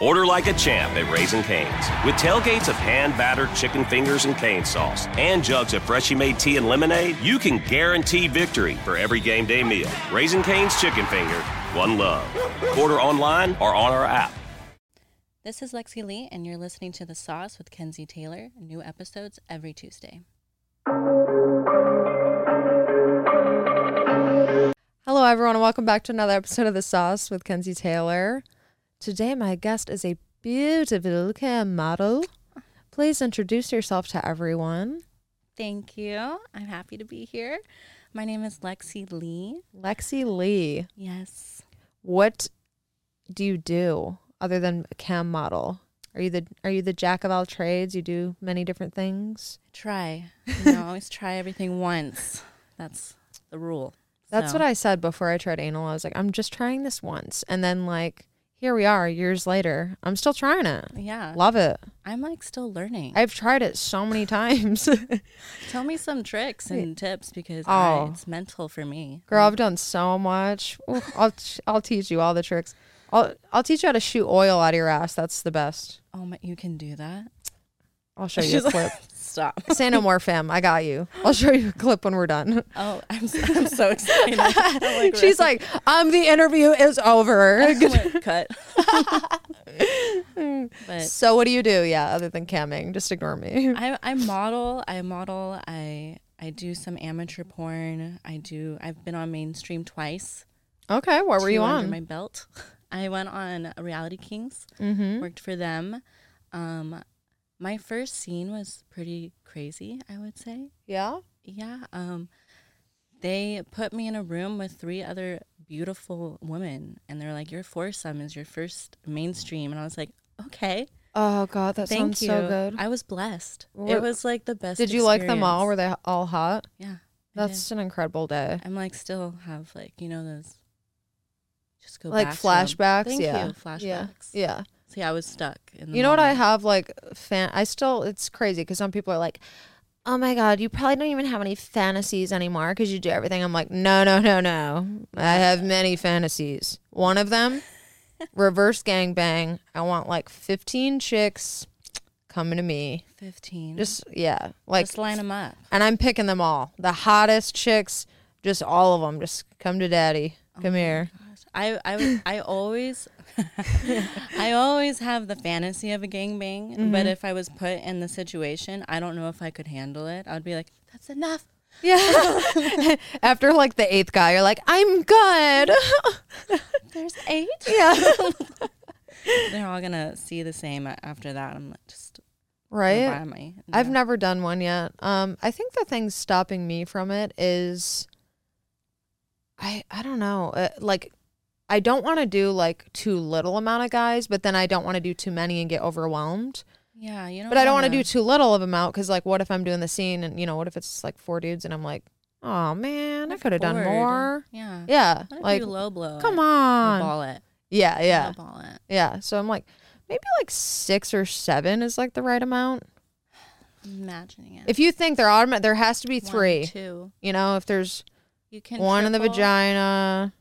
Order like a champ at Raising Cane's with tailgates of hand battered chicken fingers and cane sauce and jugs of freshly made tea and lemonade. You can guarantee victory for every game day meal. Raising Cane's Chicken Finger, one love. Order online or on our app. This is Lexi Lee, and you're listening to The Sauce with Kenzie Taylor. New episodes every Tuesday. Hello, everyone, and welcome back to another episode of The Sauce with Kenzie Taylor. Today, my guest is a beautiful model. Please introduce yourself to everyone. Thank you. I'm happy to be here. My name is Lexi Lee. Lexi Lee, Yes. what do you do other than a cam model? Are you the are you the jack of all trades? You do many different things. Try. You know, always try everything once. That's the rule. That's So, what I said before I tried anal. I was like, I'm just trying this once, and then like here we are, years later. I'm still trying it. Yeah. Love it. I'm like still learning. I've tried it so many times. Tell me some tricks and tips because Oh. I, it's mental for me. Girl, I've done so much. Ooh, I'll I'll teach you all the tricks. I'll I'll teach you how to shoot oil out of your ass. That's the best. Oh my, you can do that? I'll show you a She's clip. Stop. Say no more, fam. I got you. I'll show you a clip when we're done. Oh, I'm, s- I'm so excited. I'm like, She's like, um, the interview is over. Excellent cut. but so what do you do? Yeah, other than camming, just ignore me. I, I model. I model. I I do some amateur porn. I do. I've been on mainstream twice. Okay, what were two you under on? My belt. I went on Reality Kings. Mm-hmm. Worked for them. Um, my first scene was pretty crazy. I would say. yeah. Yeah. Um, they put me in a room with three other beautiful women, and they're like, "Your foursome is your first mainstream," and I was like, "Okay, Oh god, that thank sounds you." so good. I was blessed. Were- it was like the best. Did you like them all? Were experience. they all hot? yeah, I did. That's an incredible day. I'm like still have like you know those. Just go Like back to 'em. flashbacks. Thank yeah. you, flashbacks. Yeah. Yeah. See, I was stuck. In the You know what I moment. have like fan I still it's crazy cuz some people are like oh my god you probably don't even have any fantasies anymore cuz you do everything I'm like no no no no I have many fantasies one of them reverse gangbang I want like 15 chicks coming to me Fifteen. just yeah like just line them up. and I'm picking them all the hottest chicks just all of them just come to daddy come here I I was- I always I always have the fantasy of a gangbang, but Mm-hmm. if I was put in the situation, I don't know if I could handle it. I'd be like, "That's enough." yeah after like the eighth guy you're like I'm good There's eight. yeah They're all gonna see the same a- after that. I'm like, just right buy my. I've never done one yet. Um, I think the thing stopping me from it is, I I don't know. Uh, like, I don't want to do like too little amount of guys, but then I don't want to do too many and get overwhelmed. Oh, Yeah, you know. But I don't want to do too little of amount because like, what if I'm doing the scene and you know, what if it's like four dudes and I'm like, oh man, I could have done more. Yeah. Yeah, What if like, you low blow? come it on. Or ball it. Yeah, yeah, Low ball it. yeah. So I'm like, maybe like six or seven is like the right amount. I'm imagining it. If you think there are, automa- there has to be One, three. two. You know, if there's You can one in the triple, vagina,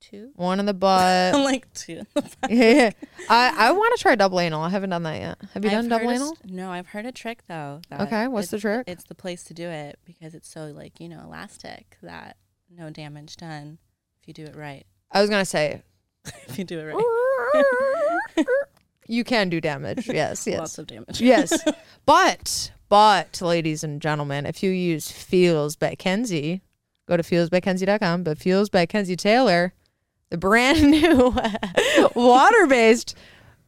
Two. one in the I'm butt. like two. I I want to try double anal. I haven't done that yet. Have you I've done double heard a s- anal? No, I've heard a trick though. that Okay, what's the it's- trick? It's the place to do it because it's so like you know elastic that no damage done if you do it right. I was gonna say if you do it right, you can do damage. lots Yes, yes, of damage. yes. But but, ladies and gentlemen, if you use Feels by Kenzie, go to feelsbykenzie.com. But Feels by Kenzie Taylor, the brand new water based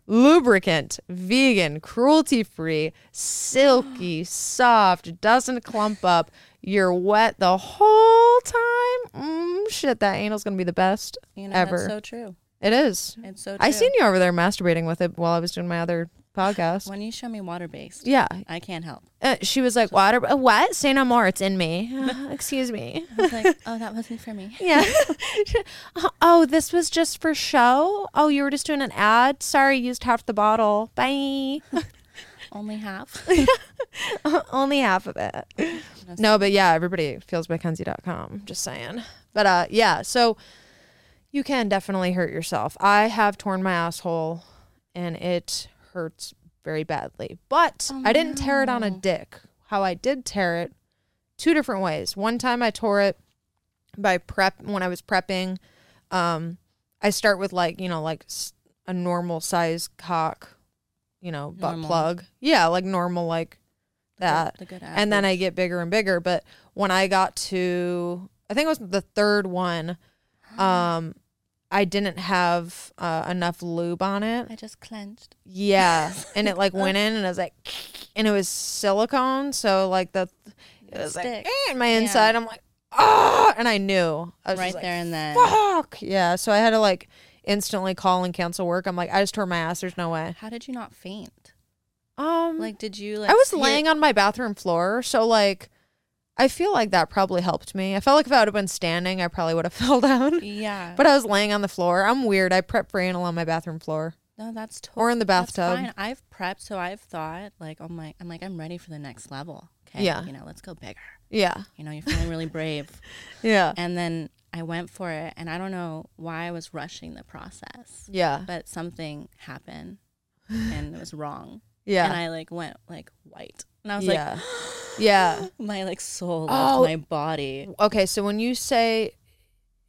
lubricant, vegan, cruelty free, silky, soft, doesn't clump up. You're wet the whole time. Mm, shit, that anal's gonna be the best you know ever. that's so true. it is. It's so. True. I seen you over there masturbating with it while I was doing my other podcast. when you show me water based. yeah, I can't help. uh, she was like, "Water, uh, what? Say no more. It's in me. Uh, excuse me. I was like, oh, that wasn't for me. Yeah. oh, this was just for show. Oh, you were just doing an ad. Sorry, used half the bottle. Bye. Only half. Only half of it. No, but yeah, everybody feels Mackenzie.com. Just saying. But uh, yeah, so you can definitely hurt yourself. I have torn my asshole and it hurts very badly. But I didn't tear it on a dick. How I did tear it two different ways. One time I tore it by prep when I was prepping. Um, I start with like you know like s- a normal size cock, you know butt Normal. plug. Yeah, like normal like that. the good and then I get bigger and bigger. But when I got to I think it was the third one, um, I didn't have uh, enough lube on it. I just clenched. Yeah, and it like went in, and I was like, and it was silicone, so like the it was like Sticks. eh, in my Yeah. inside. I'm like, oh, and I knew I was Right just like, there and then. Fuck yeah! So I had to like instantly call and cancel work. I'm like, I just tore my ass. There's no way. How did you not faint? Um, Like, did you like? I was hear- laying on my bathroom floor, so like, I feel like that probably helped me. I felt like if I would have been standing, I probably would have fell down. Yeah, But I was laying on the floor. I'm weird. I prep for anal on my bathroom floor. no, that's to- or in the that's bathtub. fine. I've prepped, so I've thought like, oh my, I'm like, I'm ready for the next level. Okay, Yeah. you know, let's go bigger. Yeah, You know, you're feeling really brave. yeah, And then I went for it, and I don't know why I was rushing the process, yeah, but something happened, and it was wrong. yeah. And I like went like white, and I was yeah. yeah. like, my like soul Oh. left my body. Okay, so when you say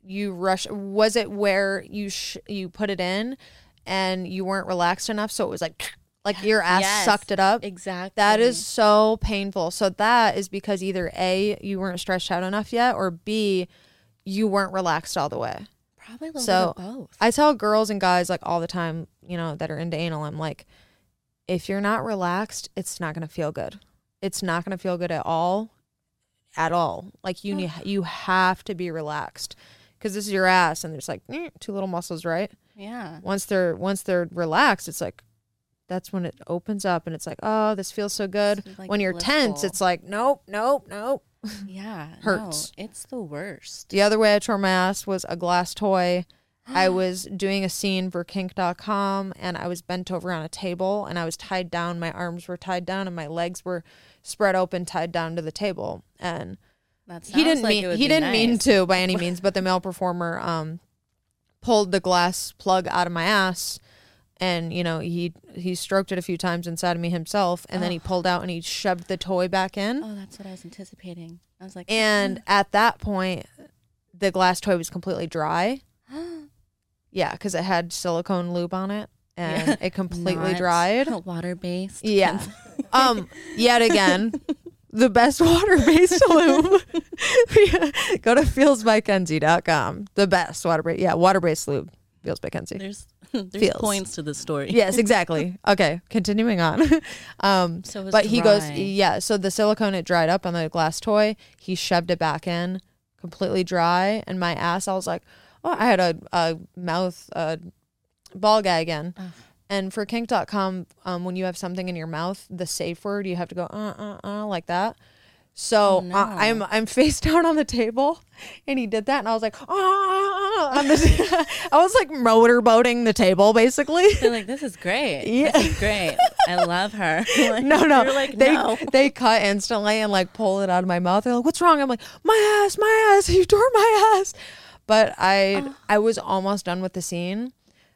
you rush, was it where you sh- you put it in and you weren't relaxed enough, so it was like like your ass Yes, sucked it up? Exactly. That is so painful. So that is because either A, you weren't stretched out enough yet, or B, you weren't relaxed all the way. probably a little So bit of both. I tell girls and guys like all the time, you know, that are into anal, I'm like, if you're not relaxed, it's not gonna feel good. It's not gonna feel good at all, at all. Like you need, you have to be relaxed because this is your ass, and there's like mm, two little muscles, right? yeah. Once they're once they're relaxed, it's like that's when it opens up, and it's like, oh, this feels so good. It's like when you're tense, blissful. it's like, nope, nope, nope. Yeah. hurts. No, it's the worst. The other way I tore my ass was a glass toy. I was doing a scene for kink.com and I was bent over on a table and I was tied down. My arms were tied down and my legs were spread open, tied down to the table. And That he sounds didn't like it mean would he be didn't mean nice. Oh, to by any means, but the male performer um pulled the glass plug out of my ass and you know he he stroked it a few times inside of me himself and then he pulled out and he shoved the toy back in. Oh, that's what I was anticipating. I was like, And at that point, the glass toy was completely dry. yeah, because it had silicone lube on it and Yeah. it completely not dried. Water based. Yeah. um, yet again, the best water based lube. Go to feelsbykenzie.com. The best water based, yeah, water based lube. Feels by Kenzie. There's there's Feels. points to the story. Yes, exactly. okay, continuing on. um, So it was but he goes, dry. yeah. So the silicone it dried up on the glass toy. He shoved it back in, completely dry. And my ass, I was like, oh, I had a, a mouth uh, ball guy again. And for kink.com, um, when you have something in your mouth, the safe word, you have to go uh uh uh like that. So Oh, uh, I'm I'm face down on the table, and he did that, and I was like, ah, ah, ah," on the, I was like motorboating the table basically. They're like, this is great. Yeah. This is great. I love her. Like, no, no. You're like, they no. they cut instantly and like pull it out of my mouth. They're like, "What's wrong?" I'm like, "My ass, my ass! You tore my ass!" But I I was almost done with the scene,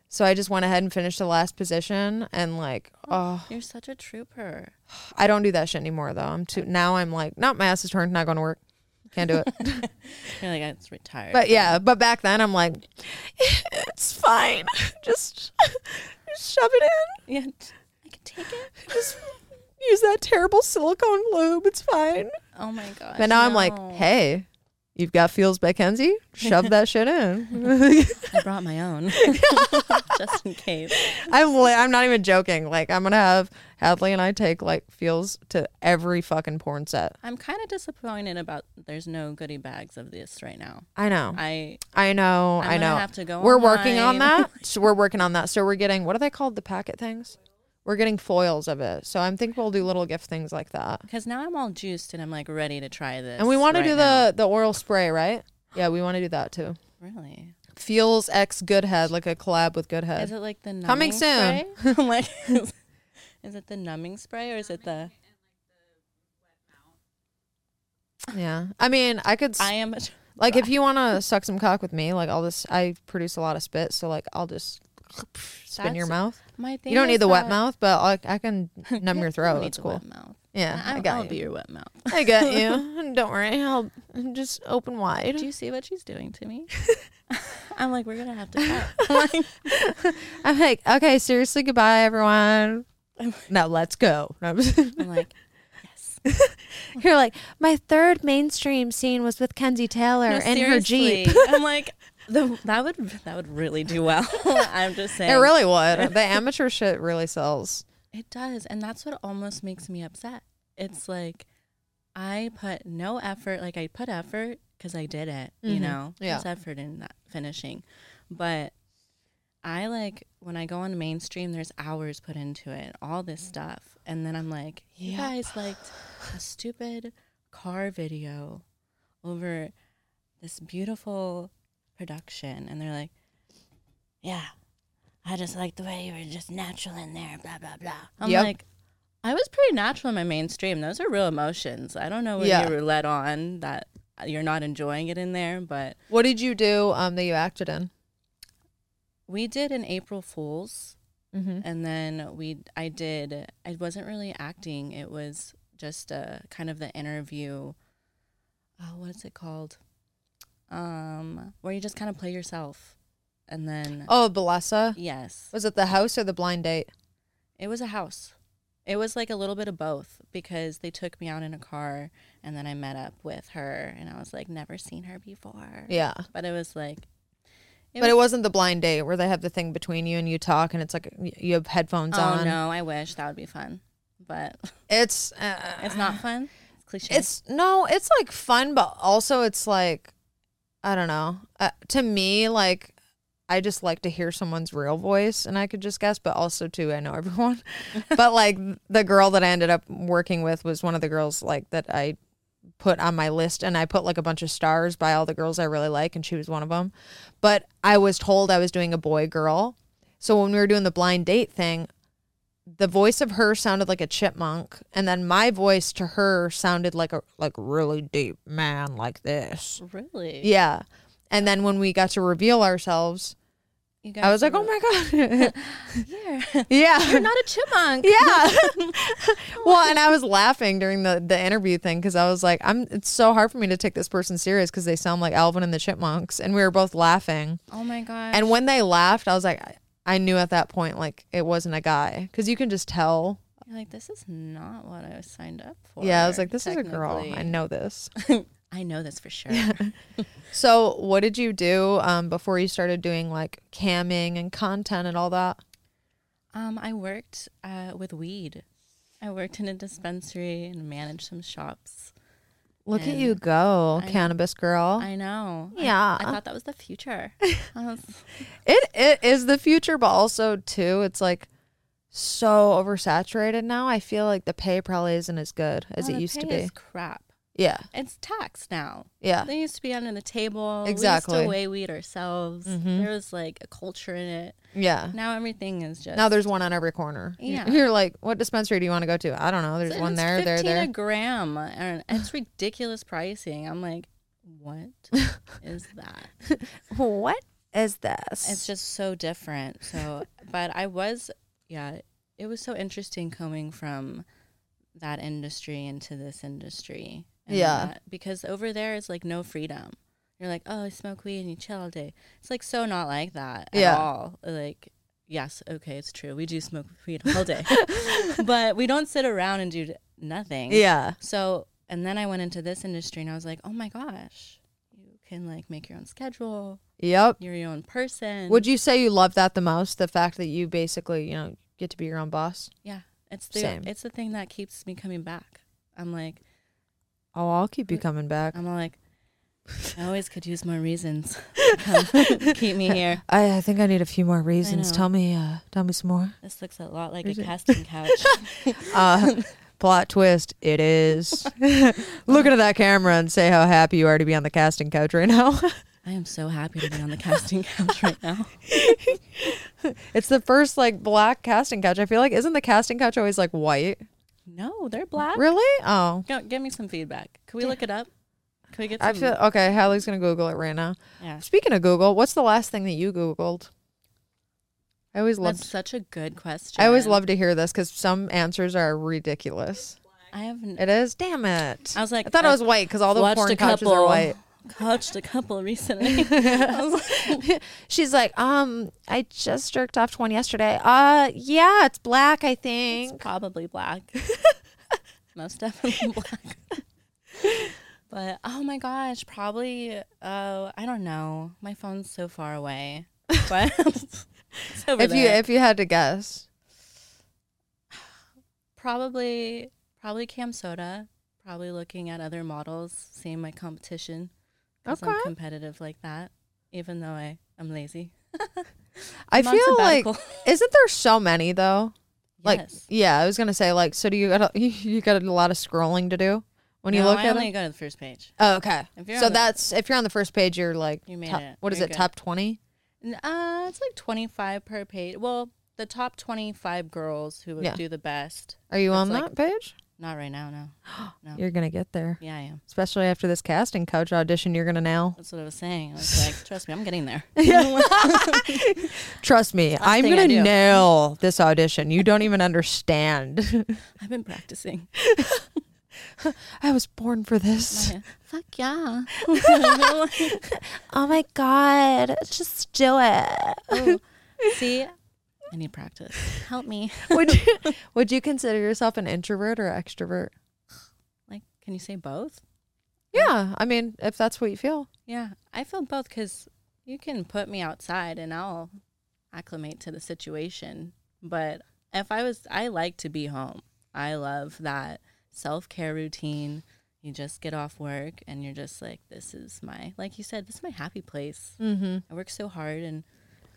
so I just went ahead and finished the last position. And like, oh, You're such a trooper. I don't do that shit anymore though. I'm too now. I'm like, not my ass is turned. Not going to work. Can't do it. You're like, it's retired. but yeah, but back then I'm like, it's fine. Just, just shove it in. yeah, t- I can take it. Just use that terrible silicone lube. It's fine. Oh my gosh. But now I'm like, no. hey, you've got feels by Kenzie. Shove that shit in. I brought my own just in case. I'm li- I'm not even joking. Like I'm gonna have Hadley and I take like feels to every fucking porn set. I'm kind of disappointed about there's no goodie bags of this right now. I know. I I know. I'm I gonna know. have to go we're working on online. that. So we're working on that. So we're getting what are they called? The packet things. We're getting foils of it. So I'm thinking we'll do little gift things like that. because now I'm all juiced and I'm like ready to try this. And we want right to do now. the the oral spray, right? Yeah, we want to do that too. really. Feels X Goodhead, like a collab with Goodhead. Is it like the numbing Uh, Coming soon. Spray? I'm like, is it the numbing spray or is it the? Yeah. I mean, I could I am. Like if you want to suck some cock with me, like I'll just I produce a lot of spit, so like I'll just spin your That's- mouth. My thing You don't is need the wet that- mouth, but I, I can You numb your don't throat. need It's the cool. wet mouth. Yeah, I, I, got will you. be your wet mouth. I got you. Don't worry. I'll just open wide. Do you see what she's doing to me? I'm like, we're gonna have to cut. I'm like, okay, seriously, goodbye, everyone. Now let's go. And I'm just- I'm like, You're like, my third mainstream scene was with Kenzie Taylor no, and her Jeep. seriously." I'm like, the, that would that would really do well. I'm just saying. It really would. The amateur shit really sells. It does, and that's what almost makes me upset. It's like I put no effort, like I put effort because I did it, you Mhm. know. Yeah. There's effort in that finishing, but I like when I go on mainstream. There's hours put into it, all this stuff, and then I'm like, you Yep. guys liked a stupid car video over this beautiful production, and they're like, yeah. I just like the way you were just natural in there, blah blah blah. I'm Yep. like, I was pretty natural in my mainstream. Those are real emotions. I don't know when Yeah. you were let on that you're not enjoying it in there, but What did you do um, that you acted in? we did an April Fools, Mm-hmm. and then we I did. I wasn't really acting. It was just a kind of the interview. Oh, what's it called? Um, where you just kind of play yourself, and then Oh, Balessa. yes, Was it the house or the blind date? It was a house. It was like a little bit of both because they took me out in a car and then I met up with her and I was like, never seen her before. Yeah. But it was like, it but it wasn't the blind date where they have the thing between you and you talk and it's like y- you have headphones oh on. no, I wish that would be fun. But It's uh, it's not fun. It's cliche. It's no, it's like fun, but also it's like I don't know. Uh, to me, like I just like to hear someone's real voice, and I could just guess. But also too, I know everyone. but like the girl that I ended up working with was one of the girls like that I put on my list and I put like a bunch of stars by all the girls I really like and she was one of them. But I was told I was doing a boy girl. So when we were doing the blind date thing, the voice of her sounded like a chipmunk and then my voice to her sounded like a like really deep man like this. really. Yeah. And then when we got to reveal ourselves, You guys I was like, were "Oh my god." Yeah. yeah. You're not a chipmunk. Yeah. well, and I was laughing during the the interview thing because I was like, I'm. It's so hard for me to take this person serious because they sound like Alvin and the Chipmunks, and we were both laughing. Oh my gosh. And when they laughed, I was like, I, I knew at that point like it wasn't a guy because you can just tell. You're like, this is not what I signed up for. yeah, I was like, this is a girl. I technically." know this. I know this for sure. so, what did you do um, before you started doing like camming and content and all that? Um, I worked uh, with weed. I worked in a dispensary and managed some shops. Look at And you go, I- cannabis girl. I know. I- Oh. Yeah. I, thought that was the future. I was, It it is the future, but also too, it's like so oversaturated now. I feel like the pay probably isn't as good as "Oh, it the used to pay be. is crap. yeah, It's taxed now. yeah, They used to be under the table. We used Exactly. to weigh weed ourselves. Mhm. There was like a culture in it. yeah. Now everything is just. Now there's one on every corner. You- Yeah. you're like, what dispensary do you want to go to? I don't know. There's it's one there, there, 15 there. a gram. And it's ridiculous pricing. I'm like, what is that? What is this? It's just so different. So, but I was, yeah, it was so interesting coming from that industry into this industry. and Yeah. that- because over there is like no freedom. You're like, oh, I smoke weed and you chill all day. It's like so not like that at Yeah. all. Like, yes, okay, it's true. We do smoke weed all day, but we don't sit around and do nothing. yeah, So, and then I went into this industry and I was like, oh my gosh, you can like make your own schedule. yep. You're your own person. Would you say you love that the most? The fact that you basically, you know, get to be your own boss. Yeah, it's the Same. it's the thing that keeps me coming back. I'm like Oh, I'll keep Mm. you coming back. I'm all like I always could use more reasons to come keep me here. I, I think I need a few more reasons. know. Tell me, uh, tell me some more. This looks a lot like a casting couch. Uh, plot twist, it is. Look into that camera and say how happy you are to be on the casting couch right now. I am so happy to be on the casting couch right now. it's the first like black casting couch. I feel like isn't the casting couch always like white? No, they're black. Really? Oh. Go, give me some feedback. Can we look it up? Can we get some? I feel okay, Hallie's gonna Google it right now. yeah. Speaking of Google, what's the last thing that you Googled? I always love. That's such a good question. I always love to hear this because some answers are ridiculous. I have. N- It is. Damn it. I was like, I thought it I was white because all the watched porn a couches couple. are white. Watched a couple recently. She's like, um, I just jerked off to one yesterday. Uh, yeah, it's black, I think. Probably black. Most definitely black. but oh my gosh, probably. Uh, I don't know. My phone's so far away. But it's over If you there. if you had to guess, probably probably cam soda. Probably looking at other models, seeing my competition. 'cause I'm Okay. competitive like that, even though I am lazy. I I'm on feel like sabbatical. isn't there so many though? Like, yes. yeah, I was gonna say like, so do you got a, you got a lot of scrolling to do when you No, look I at only it? go to the first page. Oh, okay. If you're So on the- that's if you're on the first page, you're like, You made top- it. what is You're it? good. Top twenty. N- Uh, it's like 25 per page. Well, the top 25 girls who would Yeah. do the best. Are you It's on like- that page? Not right now, no. No. You're gonna get there, Yeah, I am. especially after this casting coach audition. You're gonna nail. That's what I was saying. I was like, trust me, I'm getting there. Trust me, I'm thing I gonna do. nail this audition. You don't even understand. I've been practicing. I was born for this. Oh, Yeah. Fuck yeah. Oh my god, just do it. Oh, See, I need practice. Help me. would you, would you consider yourself an introvert or extrovert? Like, can you say both? Yeah, I mean, if that's what you feel. Yeah, I feel both because you can put me outside and I'll acclimate to the situation. But if I was, I like to be home. I love that self care routine. You just get off work and you're just like, this is my, like you said, this is my happy place. Mm-hmm. I work so hard and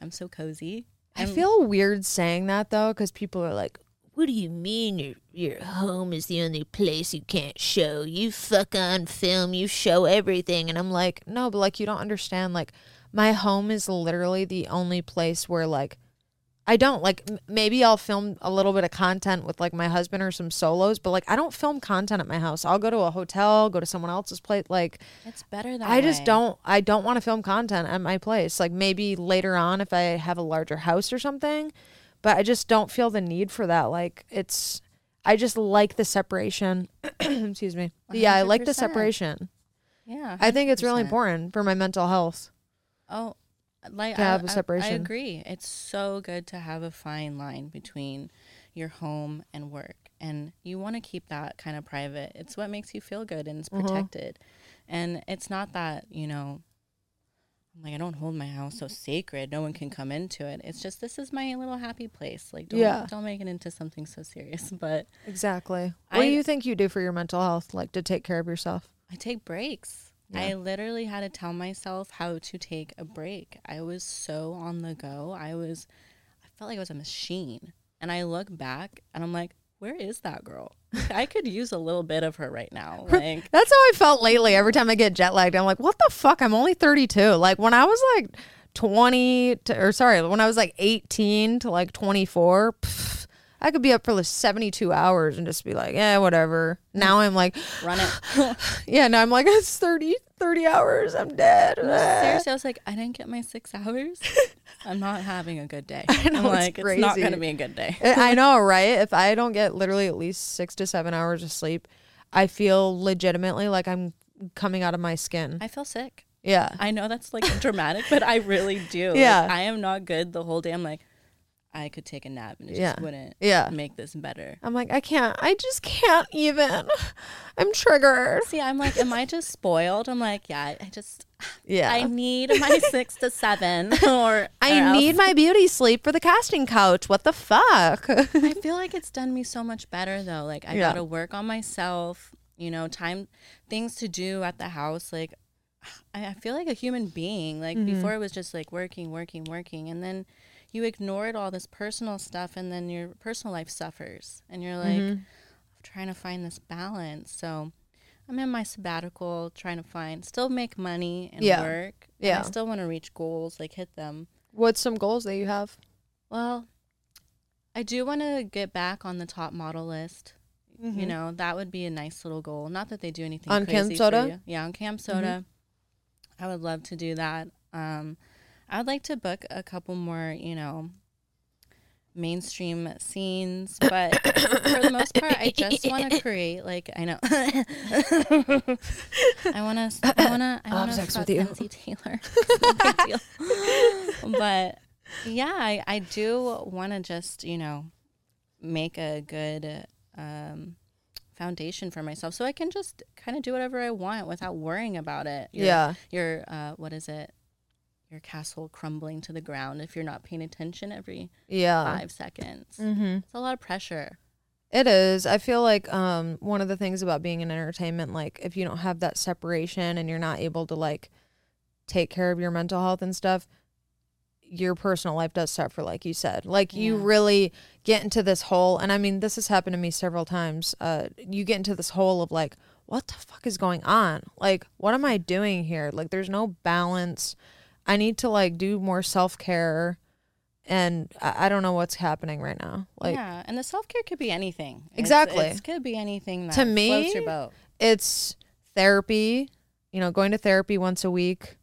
I'm so cozy. I And- feel weird saying that though, because people are like, What do you mean your your home is the only place you can't show? You fuck on film, you show everything, and I'm I'm like, no, but like you don't understand. Like, my home is literally the only place where like I don't like. M- maybe I'll film a little bit of content with like my husband or some solos, but like I don't film content at my house. I'll go to a hotel, go to someone else's place, like. It's better that I just way. don't I don't want to film content at my place. Like maybe later on if I have a larger house or something, but I just don't feel the need for that. Like it's I just like the separation. Excuse me. But Yeah, I like the 100%. separation. Yeah. I think it's really 100%. important for my mental health. Oh, like to I, have a I- I, separation. agree. It's so good to have a fine line between your home and work, and you want to keep that kind of private. It's what makes you feel good and it's Mm-hmm. protected, and it's not that you know. I'm Like I don't hold my house so sacred. No one can come into it. It's just this is my little happy place. Like don't Yeah. don't make it into something so serious. But Exactly. What I- do you think you do for your mental health like to take care of yourself? I take breaks. I literally had to tell myself how to take a break. I was so on the go. I was, I felt like I was a machine. And I look back and I'm like, where is that girl? I could use a little bit of her right now. Like, That's how I felt lately. Every time I get jet lagged, I'm like, what the fuck? I'm only 32. Like when I was like 20 to, or sorry, when I was like 18 to like 24, pff, I could be up for like 72 hours and just be like, yeah, whatever. Now I'm like, run it. yeah, now I'm like, it's 30, 30 hours. I'm dead. Seriously, I was like, I didn't get my six hours. I'm not having a good day. know, I'm it's like, it's not crazy. going to be a good day. Eh, I know, right? If I don't get literally at least six to seven hours of sleep, I feel legitimately like I'm coming out of my skin. I feel sick. Yeah. I know that's like dramatic, but I really do. Like, Yeah. I am not good the whole day. I'm like, I could take a nap and it Yeah. just wouldn't Yeah. make this better. I'm like, I can't. I just can't even. I'm triggered. See, I'm like, am I just spoiled? I'm like, yeah, I just, Yeah. I need my six to seven or I need my beauty sleep for the casting couch. What the fuck? I feel like it's done me so much better though. Like I Yeah. gotta work on myself, you know, time things to do at the house. Like I, I feel like a human being. Like Mm-hmm. before it was just like working, working, working and then you ignored all this personal stuff and then your personal life suffers and you're like Mm-hmm. trying to find this balance. So I'm in my sabbatical trying to find still make money and Yeah. work. Yeah. And I still want to reach goals, like hit them. What's some goals that you have? Well, I do want to get back on the top model list. You know, that would be a nice little goal. Not that they do anything Mm-hmm. On crazy Cam Mm-hmm. for Soda? you. Yeah, on Cam Soda. I would love to do that. Um, I would like to book a couple more, you know, mainstream scenes, but for the most part, I just want to create like I know. I want to. I want to. I want to sex fuck with you. Lindsay Taylor. It's no big deal. but yeah, I, I do want to just you know make a good um, foundation for myself so I can just kind of do whatever I want without worrying about it. Your- Yeah. Your uh, what is it? Your castle crumbling to the ground if you're not paying attention every Yeah. five seconds. Mm-hmm. It's a lot of pressure. It is. I feel like um, one of the things about being in entertainment, like if you don't have that separation and you're not able to like take care of your mental health and stuff, your personal life does suffer, like you said. Like you Yeah. really get into this hole, and I mean, this has happened to me several times. Uh, you get into this hole of like, what the fuck is going on? Like, what am I doing here? Like, there's no balance. I need to like do more self care, and I-, I don't know what's happening right now. Like. yeah, and the self care could be anything. It's- Exactly. it could be anything that To me, floats your boat. it's therapy you know going to therapy once a week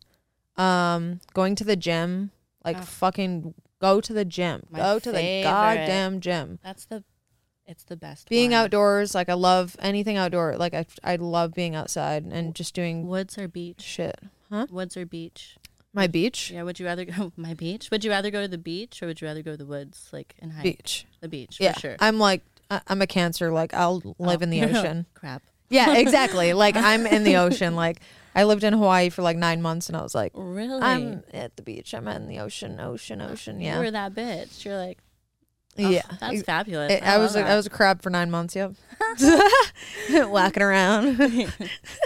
um going to the gym like Ugh. fucking go to the gym My go to the favorite. goddamn gym That's the, it's the best. being one. outdoors like i love anything outdoor like i i love being outside and just doing woods or beach, shit huh woods or beach. my beach Yeah, would you rather go my beach? Would you rather go to the beach or would you rather go to the woods, like and hike beach the beach yeah for sure? i'm like I- i'm a cancer like i'll live Oh, in the ocean Crap. yeah exactly like i'm in the ocean like i lived in hawaii for like nine months and i was like Really? i'm at the beach i'm in the ocean ocean ocean Um, yeah You were that bitch. You're like, oh, Yeah, that's ex- fabulous. I, I was love a, I was that. a crab for nine months. Yep, whacking around.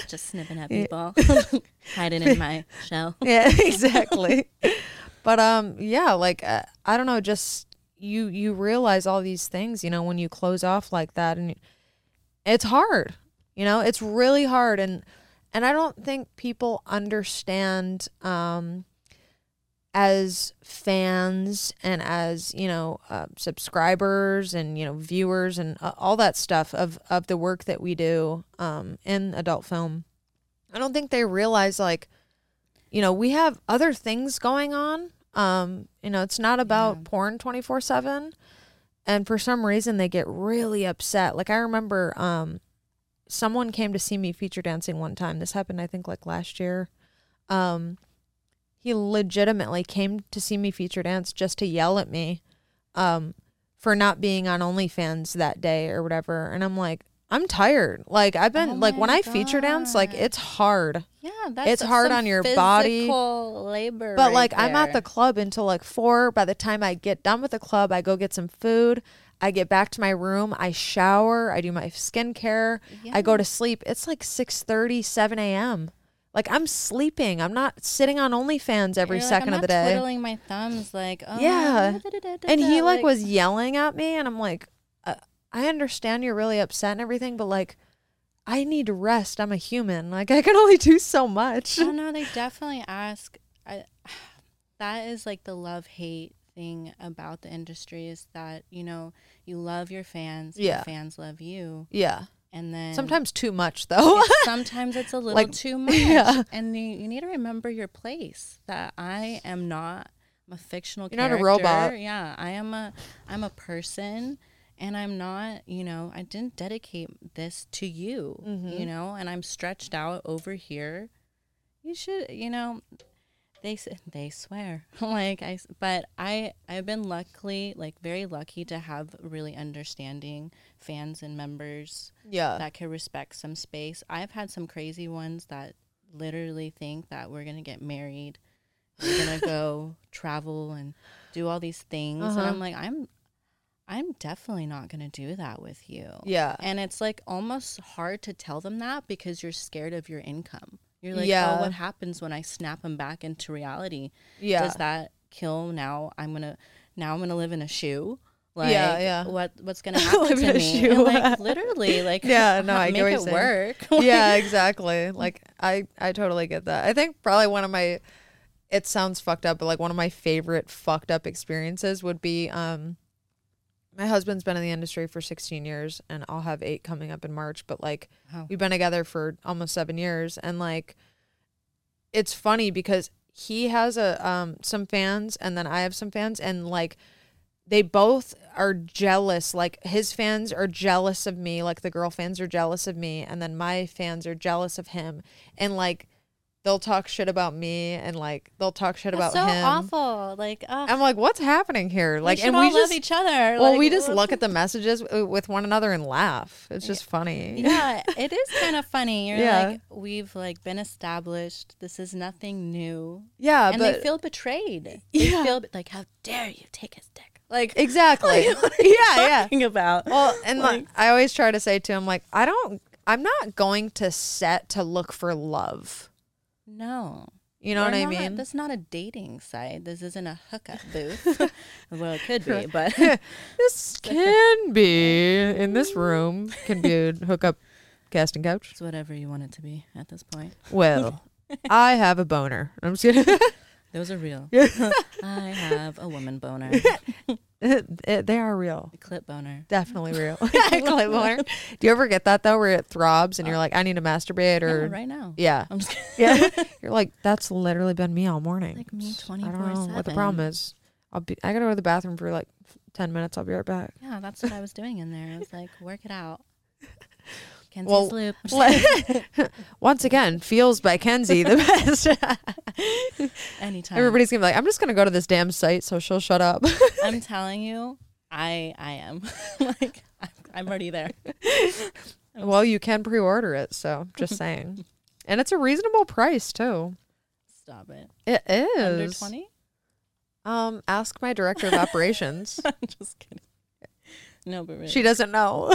just snipping at Yeah. people, hiding in my shell. yeah, exactly. but um, yeah, like uh, I don't know, just you you realize all these things, you know, when you close off like that, and it's hard. You know, it's really hard, and and I don't think people understand um as fans and as you know uh, subscribers and you know viewers and uh, all that stuff of of the work that we do um, in adult film i don't think they realize like you know we have other things going on um you know it's not about porn 24 7 and for some reason they get really upset like i remember um someone came to see me feature dancing one time this happened i think like last year um he legitimately came to see me feature dance just to yell at me um for not being on OnlyFans that day or whatever and I'm like I'm tired like I've been Oh like my when I feature dance like God. it's hard Yeah, that's It's hard some on your body. physical labor. but right like I'm at there. the club until like 4 by the time I get done with the club I go get some food I get back to my room I shower I do my skincare I go to sleep it's like 6:30 7 a.m. like I'm sleeping I'm not sitting on OnlyFans every You're like, second I'm not of the day Twiddling my thumbs, like oh, Yeah. and he like, like was yelling at me and i'm like uh, i understand you're really upset and everything but like i need rest i'm a human like i can only do so much Oh no, they definitely ask. I, that is like the love hate thing about the industry is that you know you love your fans, your Yeah. fans love you, yeah and then sometimes too much though it's- sometimes it's a little Like, too much, yeah. and you, you need to remember your place. That I am not I'm a fictional. You're not a character. robot. Yeah, I am a I'm a person. And I'm not, you know, I didn't dedicate this to you, Mm-hmm. you know, and I'm stretched out over here you should you know they s- they swear like i s- but i i've been luckily like very lucky to have really understanding fans and members yeah that can respect some space i've had some crazy ones that literally think that we're gonna get married we're gonna go travel and do all these things and Uh-huh. i'm like i'm i'm definitely not gonna do that with you yeah and it's like almost hard to tell them that because you're scared of your income. You're like, Yeah. oh, what happens when I snap them back into reality? yeah Does that kill now? I'm gonna now I'm gonna live in a shoe. Like, Yeah, yeah. What what's gonna happen Live in to a me? shoe. And, like literally, like Yeah, no, I get make what it you're saying. work. yeah exactly like i i totally get that i think probably one of my it sounds fucked up but like one of my favorite fucked up experiences would be um my husband's been in the industry for 16 years and i'll have eight coming up in march but like Wow. we've been together for almost seven years and like it's funny because he has a um some fans and then i have some fans and like they both are jealous. Like his fans are jealous of me, like the girl fans are jealous of me, and then my fans are jealous of him. And like they'll talk shit about me and like they'll talk shit That's about so him. awful. Like, ugh. I'm like, what's happening here? we Like should and all we love just each other. well, Like, we just what- look at the messages uh, with one another and laugh. It's just funny. Yeah, it is kind of funny. You're Yeah. like, we've like been established. This is nothing new, Yeah, and Uh, but they feel betrayed. Yeah. They feel be- like, how dare you take his dick? Like, exactly. yeah, yeah. talking about. Well, and like, I always try to say to him, like, I don't, I'm not going to set to look for love. no. You know We're what I not- mean? That's not a dating site. This isn't a hookup booth. well, it could be, but this can be in this room can be a hookup casting couch. it's whatever you want it to be at this point. Well, I have a boner. I'm just kidding. Those are real. I have a woman boner, Eh, they are real. a clip boner. Definitely real. Definitely boner. Do you ever get that though, where it throbs and you're like, I need to masturbate No, or right now. yeah, I'm just kidding. yeah. You're like, that's literally been me all morning. Like me I don't know what the 24/7. problem is. I'll be. I gotta go to the bathroom for like ten minutes. I'll be right back. Yeah, that's what I was doing in there. I was like, work it out. Kenzie's Well, loop. Once again, feels by Kenzie the best. Anytime. Everybody's gonna be like, I'm just gonna go to this damn site, so she'll shut up. I'm telling you, I I am like I'm, I'm already there. well, you can pre-order it, so just saying. And it's a reasonable price too. Stop it. It is Under twenty? Um, ask my director of operations. I'm just kidding. No, but really. she doesn't know.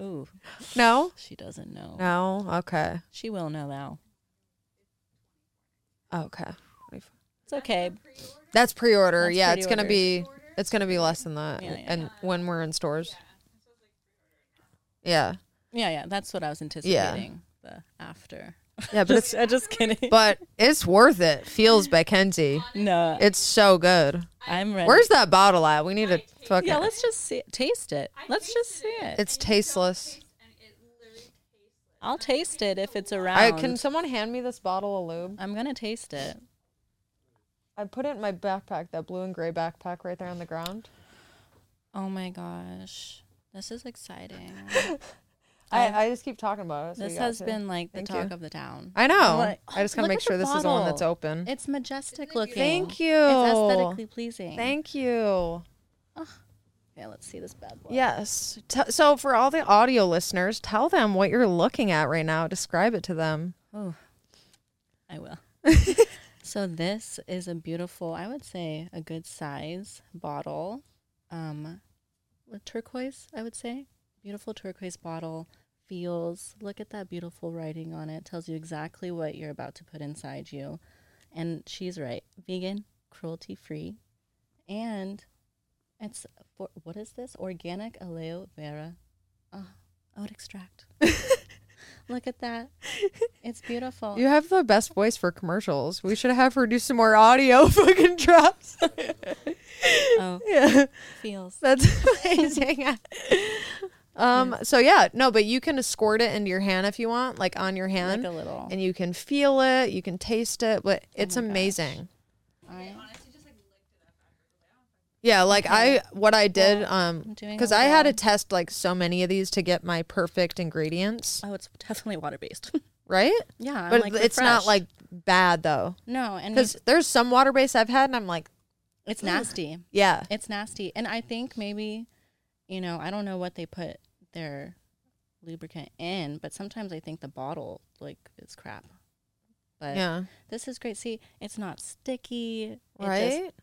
Ooh, no, she doesn't know. no. Okay, She will know now. okay. It's okay. That's pre-order. That's yeah, it's gonna pre-order. be it's gonna be less than that. Yeah, yeah, and when we're in stores. Yeah. Yeah, yeah. That's what I was anticipating. The after. Yeah, but Just, it's I'm just kidding. but it's worth it. Feels by Kenzie. no, It's so good. I'm ready. Where's that bottle at? We need to fucking Yeah, let's just see, taste it. Let's just see it. It's tasteless. I'll taste it if it's around. I can someone hand me this bottle of lube? I'm gonna taste it. I put it in my backpack, that blue and gray backpack right there on the ground. Oh my gosh, this is exciting. I, I just keep talking about it. so this you got has to. been like the Thank talk you. of the town. I know. I'm like, I just gotta look make at sure the this is the one that's bottle. open. It's majestic looking. Mm-hmm. Thank you. It's aesthetically pleasing. Thank you. Yeah, let's see this bad boy. Yes. T- so for all the audio listeners, tell them what you're looking at right now. Describe it to them. Oh, I will. so this is a beautiful, I would say, a good size bottle, um, with turquoise. I would say beautiful turquoise bottle. Feels. Look at that beautiful writing on it. Tells you exactly what you're about to put inside you. And she's right. Vegan, cruelty free, and it's for what is this? Organic aloe vera. Oh, oat extract. Look at that. It's beautiful. You have the best voice for commercials. We should have her do some more audio fucking drops. oh, yeah, feels. that's amazing. um. So yeah, no, but you can squirt it into your hand if you want, like on your hand, Like a little. Oh and you can feel it, you can taste it, but it's amazing. I, Yeah, like I what I did um doing cuz a I had to little- test like so many of these to get my perfect ingredients, oh, it's definitely water based. right? yeah, I'm but like it's refreshed. not Mm-hmm. like bad though. no, and Cuz it's, there's some water base I've had and I'm like, it's nasty. yeah. It's nasty, and I think maybe, you know, I don't know what they put their lubricant in, but sometimes I think the bottle like is crap. But Yeah. this is great. See, it's not sticky. It just- Right?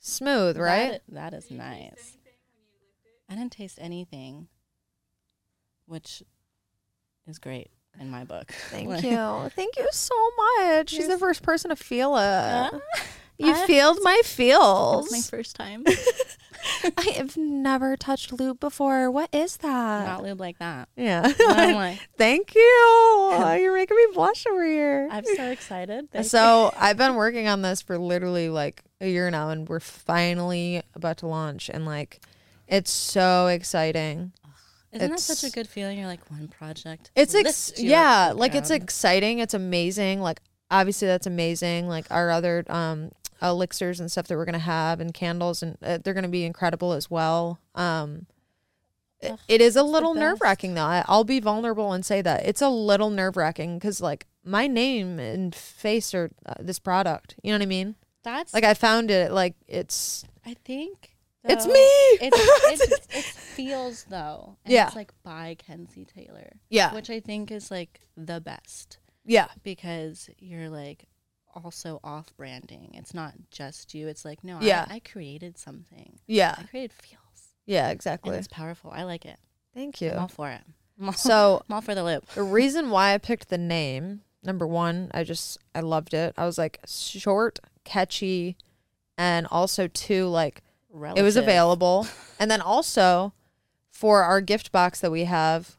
Smooth, that- right? that is nice. I didn't taste anything, which is great in my book. Like- Thank you. Thank you so much. She's the first person to feel it. Huh? you I- feeled my feels. It's my first time. I have never touched lube before. What is that? Not lube like that. Yeah. I'm like, Thank you. Oh, You're making me blush over here. I'm so excited. Thank so I've been working on this for literally like a year now, and we're finally about to launch, and like, it's so exciting. you. isn't that such a it's- good feeling? You're like one project. It's ex- lifts you yeah, up like it's and exciting. It's amazing. Like obviously that's amazing. Like our other um elixirs and stuff that we're gonna have, and candles, and uh, they're gonna be incredible as well. Um, it- it is a little nerve wracking though. I, I'll be vulnerable and say that it's a little nerve wracking because like my name and face are uh, this product. You know what I mean? That's Like like I, I found it. Like it's think It's though, me! It's, it's, it feels though. And Yeah. It's like by Kenzie Taylor. Yeah. Which I think is like the best yeah, because you're like also off branding. It's not just you. It's like no, Yeah. I, I created something. yeah, I created feels. yeah. And Exactly. it's powerful. I like it. Thank I'm all you. for it. I'm all, So I'm all for the loop. The reason why I picked the name, number one, I just I loved it. I was like short, catchy, and also two, like Relative. it was available. and then also for our gift box that we have,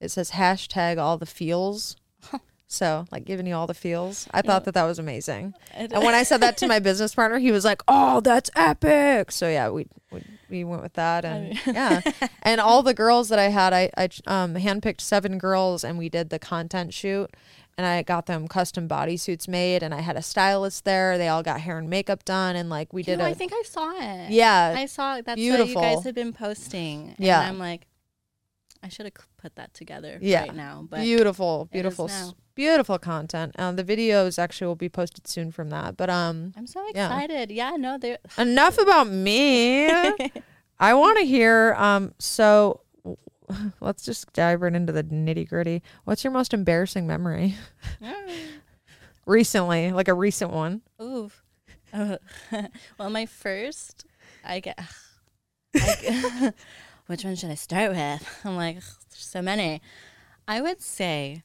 it says hashtag all the feels. So like giving you all the feels. I thought that that was amazing. It- And when I said that to my business partner, he was like, "Oh, that's epic!" So yeah, we we, we went with that, and yeah, and all the girls that I had, I I um, handpicked seven girls, and we did the content shoot, and I got them custom bodysuits made, and I had a stylist there. They all got hair and makeup done, and like we No, did I a think I saw it. Yeah, I saw it. That's beautiful. what you guys have been posting. Yeah. And I'm like, I should have put that together Yeah. right now. But beautiful, it is beautiful, s- now. beautiful content. Uh, the videos actually will be posted soon from that, but um, I'm so Yeah. excited. Yeah, no, they're enough about me. I want to hear. Um, so w- let's just dive right into the nitty gritty. What's your most embarrassing memory recently? Like a recent one? Oof. Oh. well, my first, I get. I get- which one should I start with? I'm like, ugh, there's so many. I would say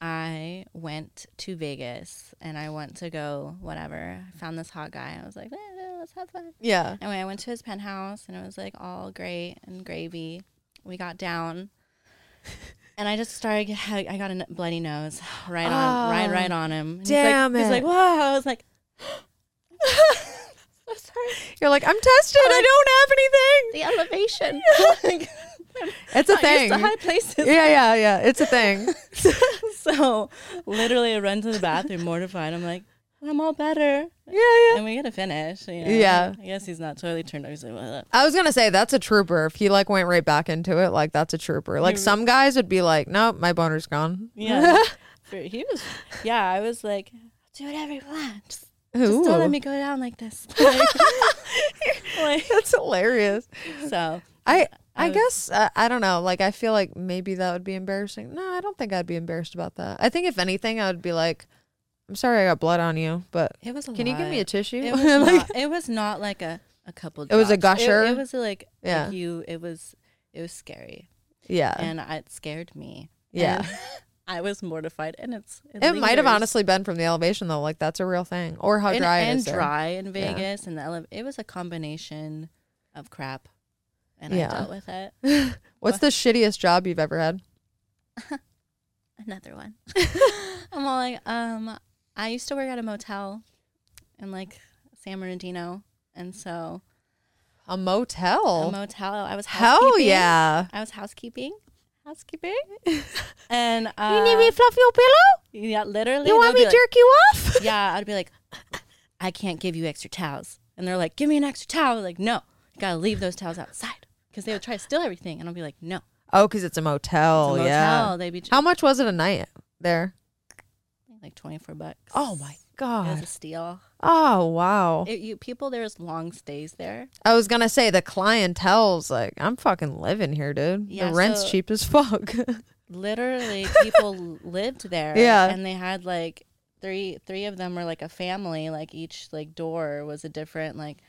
I went to Vegas and I want to go whatever. I found this hot guy. I was like, "Eh, let's have fun. Yeah. Anyway, I went to his penthouse and it was like all great and gravy. We got down, and I just started. I got a n- bloody nose right on, right, Oh, right on him. And damn he's like, it. He's like, whoa! I was like, so sorry. You're like, I'm tested. I don't The elevation. have anything. It's a Not used thing. to high places. Yeah, yeah, yeah. It's a thing. So literally, I run to the bathroom mortified. I'm like, I'm all better, yeah, yeah. and we gotta finish. You know? Yeah. I guess he's not totally turned over. uh, He's like, "Ugh." I was gonna say that's a trooper. If he like went right back into it, like that's a trooper. Like some guys would be like, nope, my boner's gone. Yeah. For- he was, yeah, I was like, do whatever you want. Just, just Ooh. don't let me go down like this. Like, like- That's hilarious. so, I I, I was- guess uh, I don't know. Like I feel like maybe that would be embarrassing. No, I don't think I'd be embarrassed about that. I think if anything, I would be like, "I'm sorry, I got blood on you, but it was a can you give me a lot. tissue?" It was, Like, not, it was not like a, a couple It was a drops. gusher? It, it was like, Yeah. like you, it was, it was scary. yeah, And I, it scared me. yeah. And I was mortified. And it's, It might have honestly been from the elevation though. Like that's a real thing, or how and, dry it and is. there. dry in Yeah. Vegas. And the ele- it was a combination of crap. And Yeah. I dealt with it. What's the shittiest job you've ever had? another one. I'm all like, um, I used to work at a motel in like San Bernardino, and so A a motel. motel. I was Hell housekeeping. yeah. I was housekeeping, housekeeping, and uh, fluff your pillow? yeah, literally. they'll be like- jerk you off? yeah, I'd be like, I can't give you extra towels, and they're like, give me an extra towel. I'm like, no, you gotta leave those towels outside because they would try to steal everything, and I'll be like, no, it's Oh, because it's a a motel. motel. Oh, Yeah. They'd be ch- How much was it a night there? like twenty four bucks. Oh my It was god. a steal. Oh wow. It, you, people, there's long stays there. I was gonna say the clientele's like, I'm fucking living here, dude. Yeah, the rent's so- cheap as fuck. literally people lived there Yeah. and they had like three three of them were like a family like each like door was a different like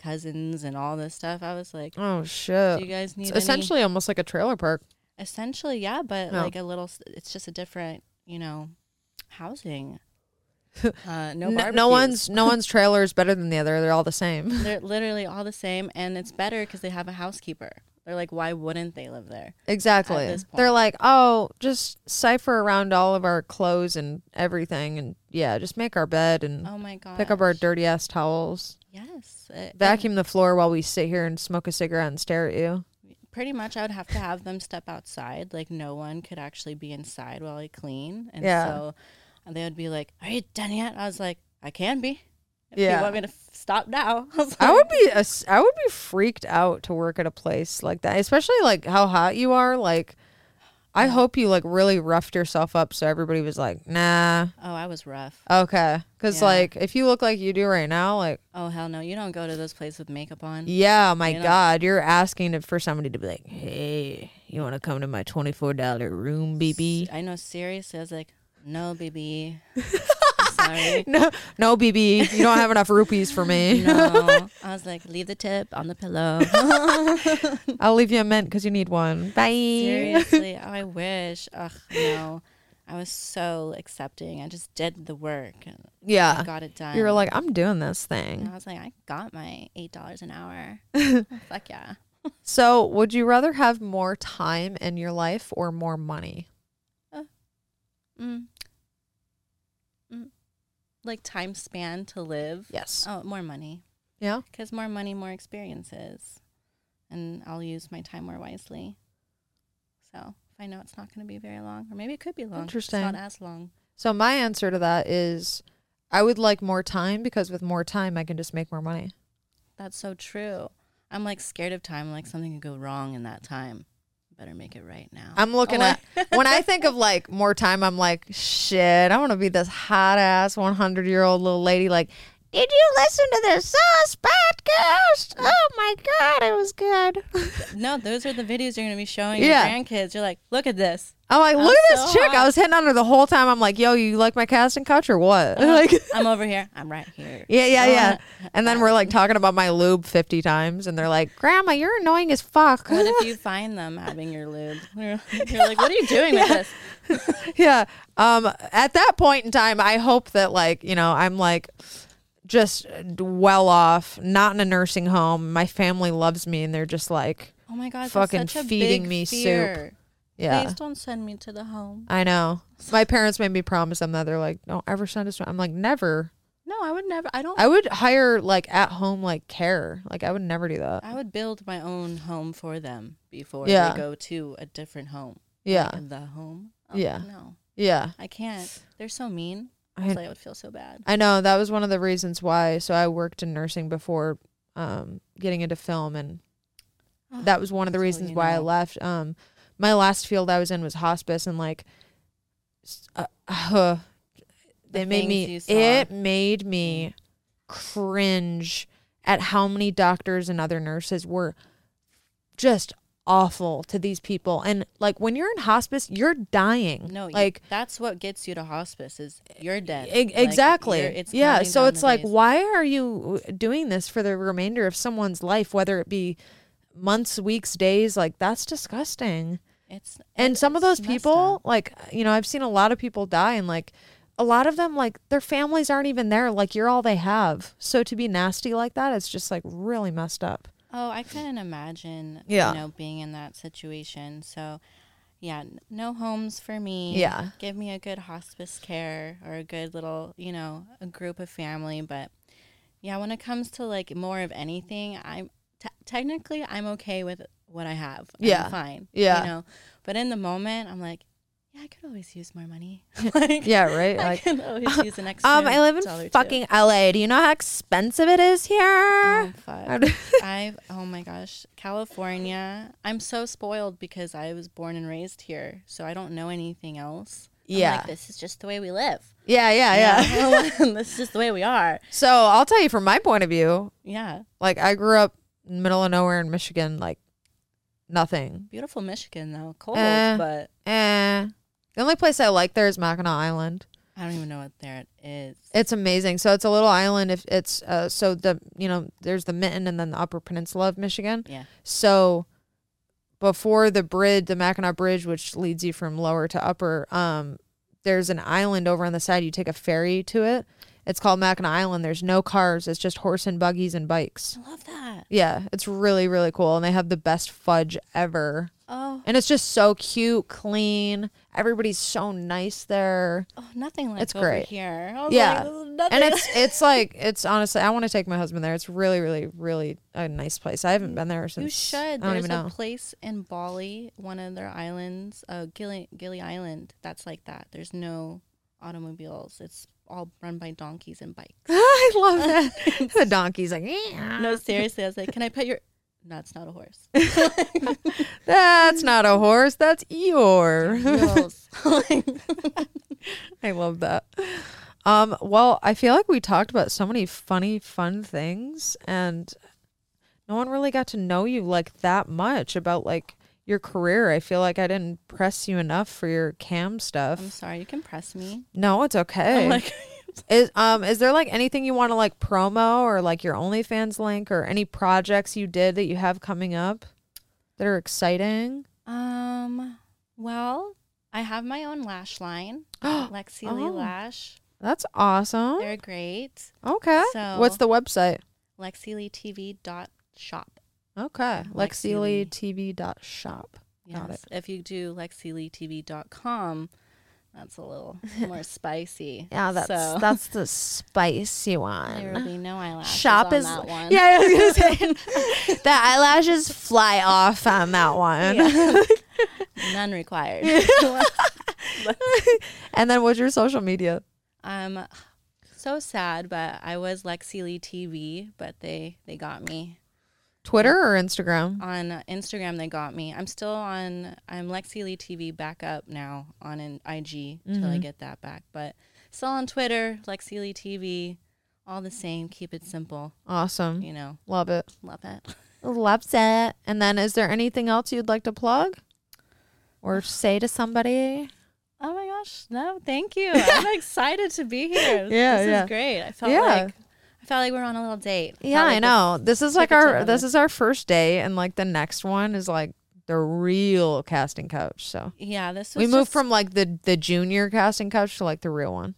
cousins and all this stuff i was like oh shit. do you guys need it's any- essentially almost like a trailer park. essentially yeah but No. like a little s- it's just a different you know housing uh, no, No, barbecues. no one's no one's trailer is better than the other. They're all the same. they're literally all the same and it's better because they have a housekeeper they're like why wouldn't they live there Exactly. this They're point. like, oh, just cipher around all of our clothes and everything, and yeah, just make our bed and oh my god Mm. pick up our dirty ass towels, yes it- vacuum the floor while we sit here and smoke a cigarette and stare at you. pretty much I would have to have them step outside. Like no one could actually be inside while I clean. And Yeah. so they would be like, Are you done yet? I was like, I can be. If Yeah. you want me to f- stop now, I, was I like, would be a s- I would be freaked out to work at a place like that, especially like how hot you are. Like, I hope you like really roughed yourself up so everybody was like, nah, Oh, I was rough. okay. Because Yeah. like if you look like you do right now, like, Oh hell no, you don't go to those places with makeup on. yeah, my You know? God, you're asking for somebody to be like, hey, you want to come to my twenty four dollar room, BB? I know seriously. I was like, no, baby. I'm sorry. No, no, BB, you don't have enough rupees for me. No. I was like, leave the tip on the pillow. I'll leave you a mint because you need one. Bye. Seriously. Oh, I wish. Ugh, no. I was so accepting. I just did the work and I Yeah. got it done. You were like, I'm doing this And thing. I was like, I got my eight dollars an hour. Oh, Fuck yeah. So, would you rather have more time in your life or more money? Mm. Mm. Like time span to live. Yes. Oh, more money. Yeah. Because more money, more experiences. And I'll use my time more wisely. So if I know it's not going to be very long, or maybe it could be long. it's Interesting. not as long. So, my answer to that is I would like more time because with more time, I can just make more money. That's so true. I'm like scared of time. Like something could go wrong in that time. Better make it right now. I'm looking Oh, at when I think of like more time, I'm like, shit, I want to be this hot ass 100 year old little lady. Like, did you listen to the sauce podcast? Oh my God, it was good. no, those are the videos you're going to be showing Yeah. your grandkids. You're like, look at this. I'm like, I'm look at so this chick. I hot. was hitting on her the whole time. I'm like, yo, you like my casting couch or what? Like, I'm over here. I'm right here. Yeah, yeah, Oh, yeah. uh, And then we're like talking about my lube 50 times, and they're like, Grandma, you're annoying as fuck. What if you find them having your lube? You're like, what are you doing with this? yeah. Um, at that point in time, I hope that, like, you know, I'm like just well off, not in a nursing home. My family loves me, and they're just like, Oh my god, Fucking that's such a feeding big me soup. fear. yeah. Please don't send me to the home. I know. My parents made me promise them that they're like, don't ever send us. I'm like, never. No, I would never. I don't. I I would hire like at home like care. Like, I would never do that. would build Oh my own home for them before Yeah. they go to a different home. Yeah. The home. Oh, Yeah. No, Yeah. I can't. They're so mean. I- I was like, I would feel so bad. I know that was one of the reasons why. So I worked in nursing before um, getting into film, and that was one of the So reasons you why I know. left. Um, my last field I was in was hospice, and like, s- uh, uh, The it made me. things you saw. Mm. It made me cringe at how many doctors and other nurses were just awful to these people. And like when you're in hospice, you're dying. No, you- like that's what gets you to hospice is you're dead. E- Like, exactly. you're- it's yeah. counting So down it's the like, days. why are you uh, doing this for the remainder of someone's life, whether it be months, weeks, days? Like, that's disgusting. It's And some of those it's messed people, up. like, you know, I've seen a lot of people die, and like, a lot of them, like, their families aren't even there. Like, you're all they have. So to be nasty like that, it's just like really messed up. Oh, I couldn't imagine. Yeah. You know, being in that situation. So. Yeah, n- no homes for me. Yeah. Give me a good hospice care or a good little, you know, a group of family. But yeah, when it comes to like more of anything, I'm t- technically I'm okay with what I have. I'm Yeah. fine. Yeah. you know. But in the moment, I'm like, yeah, I could always use more money. like, Yeah. Right. I Like, can always use an extra. um, I live dollar, in too. fucking LA. Do you know how expensive it is Oh, here? fuck. I'd- I've oh my gosh, California. I'm so spoiled because I was born and raised here, so I don't know anything else. I'm Yeah. uh, like, this is just the way we live. yeah. Yeah. Yeah. You know? this is just the way we are. So I'll tell you from my point of view, Yeah, Like I grew up in the middle of nowhere in Michigan, like nothing. beautiful Michigan though, cold, Eh. but Eh. The only place I like there is Mackinac Island. I don't even know what there it is. It's amazing. So it's a little island. If it's uh, so the you know there's the Mitten and then the Upper Peninsula of Michigan. Yeah, So before the bridge, the Mackinac Bridge, which leads you from lower to upper, um, there's an island over on the side. You take a ferry to it. It's called Mackinac Island. There's no cars. It's just horse and buggies and bikes. I love that. Yeah, it's really really cool, and they have the best fudge ever. Oh, And it's just so cute, clean. Everybody's so nice there. oh nothing like It's over great. here. I was Yeah. like, this is nothing. And it's it's like it's honestly I want to take my husband there. It's really, really, really a nice place. I haven't been there since You should. I don't There's even a know. place in Bali, one of their islands, uh, Gili Gili Island, that's like that. There's no automobiles. It's all run by donkeys and bikes. I love that. the donkey's like, "Yeah." No, seriously, I was like, can I pet your? No, it's not a horse. that's not a horse. That's Eeyore. Mules. I love that. Um, well, I feel like we talked about so many funny, fun things, and no one really got to know you like that much about like your career. I feel like I didn't press you enough for your cam I'm stuff. sorry, you can press me. No, it's okay. I'm like, Is um is there like anything you want to like promo or like your OnlyFans link or any projects you did that you have coming up that are exciting? um, well, I have my own lash line, Lexi Lee Oh. Lash. That's awesome. They're great. Okay. So- What's the website? LexiLeeTV.shop. Okay. Lexi Lee. LexiLeeTV.shop. Got Yes. If you do LexiLeeTV.com, that's a little more spicy. Yeah, that's so, that's the spicy there one. will be no eyelashes Shop on is that one. yeah. I was gonna say the eyelashes fly off on that one. none required. and then what's your social media? I'm so sad, but I was Lexi Lee TV, but they they got me Twitter or Instagram? on Instagram. They got me. I'm still on. I'm Lexi Lee TV back up now on an IG till Mm-hmm. I get that back, but still on Twitter, Lexi Lee TV. All the same, keep it simple. Awesome. You know, Love it. love it. Loves it. And then is there anything else you'd like to plug or say to somebody? Oh my gosh, no, thank you. I'm excited to be here. Yeah, this yeah. is great. I felt Yeah. like I felt like we were on a little date. felt Yeah, I like this- know. This, is like took it to our another- this is our first day and like the next one is like the real casting couch. So yeah, this was we moved just- from like the the junior casting couch to like the real one.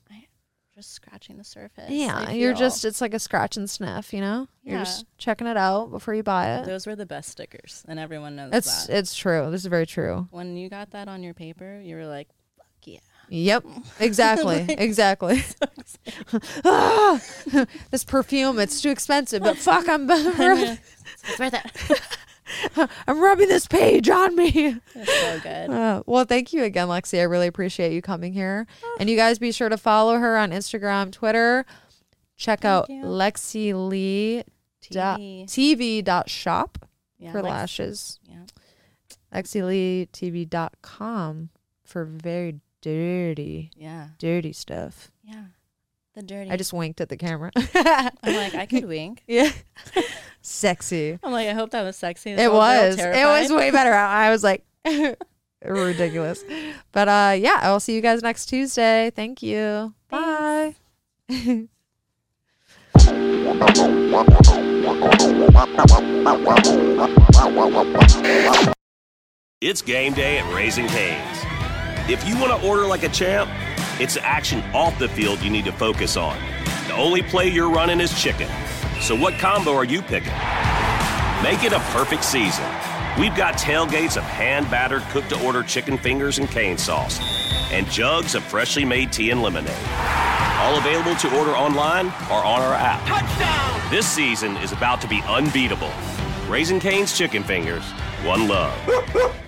just scratching the surface. Yeah, I you're feel. just it's like a scratch and sniff, you know? You're Yeah. just checking it out before you buy it. those were the best stickers, and everyone knows It's that. it's true. This is very true. When you got that on your paper, you were like, "Fuck yeah!" Yep. Exactly. exactly. Ah, this perfume, it's too expensive, but fuck, I'm rubbing, It's worth it. I'm rubbing this page on me. It's so good. Uh, well, thank you again, Lexi. I really appreciate you coming here. Oh. And you guys be sure to follow her on Instagram, Twitter. Check out you. Lexi Lee dot- TV. TV dot shop Yeah, for Lex- lashes. Yeah. Lexi Lee TV dot com for very dirty, Yeah. dirty stuff. Yeah. The dirty. I just winked at the camera. I'm like, I could wink. yeah. Sexy. I'm like, I hope that was sexy. It was. It was way better. I I was like ridiculous. But uh yeah, I'll see you guys next Tuesday. Thank you. Bye. It's game day at Raising Cane's. If you want to order like a champ, it's the action off the field you need to focus on. The only play you're running is chicken. So what combo are you picking? Make it a perfect season. We've got tailgates of hand battered, cooked to order chicken fingers and cane sauce, and jugs of freshly made tea and lemonade. All available to order online or on our app. Touchdown! This season is about to be unbeatable. Raising Cane's Chicken Fingers, one love.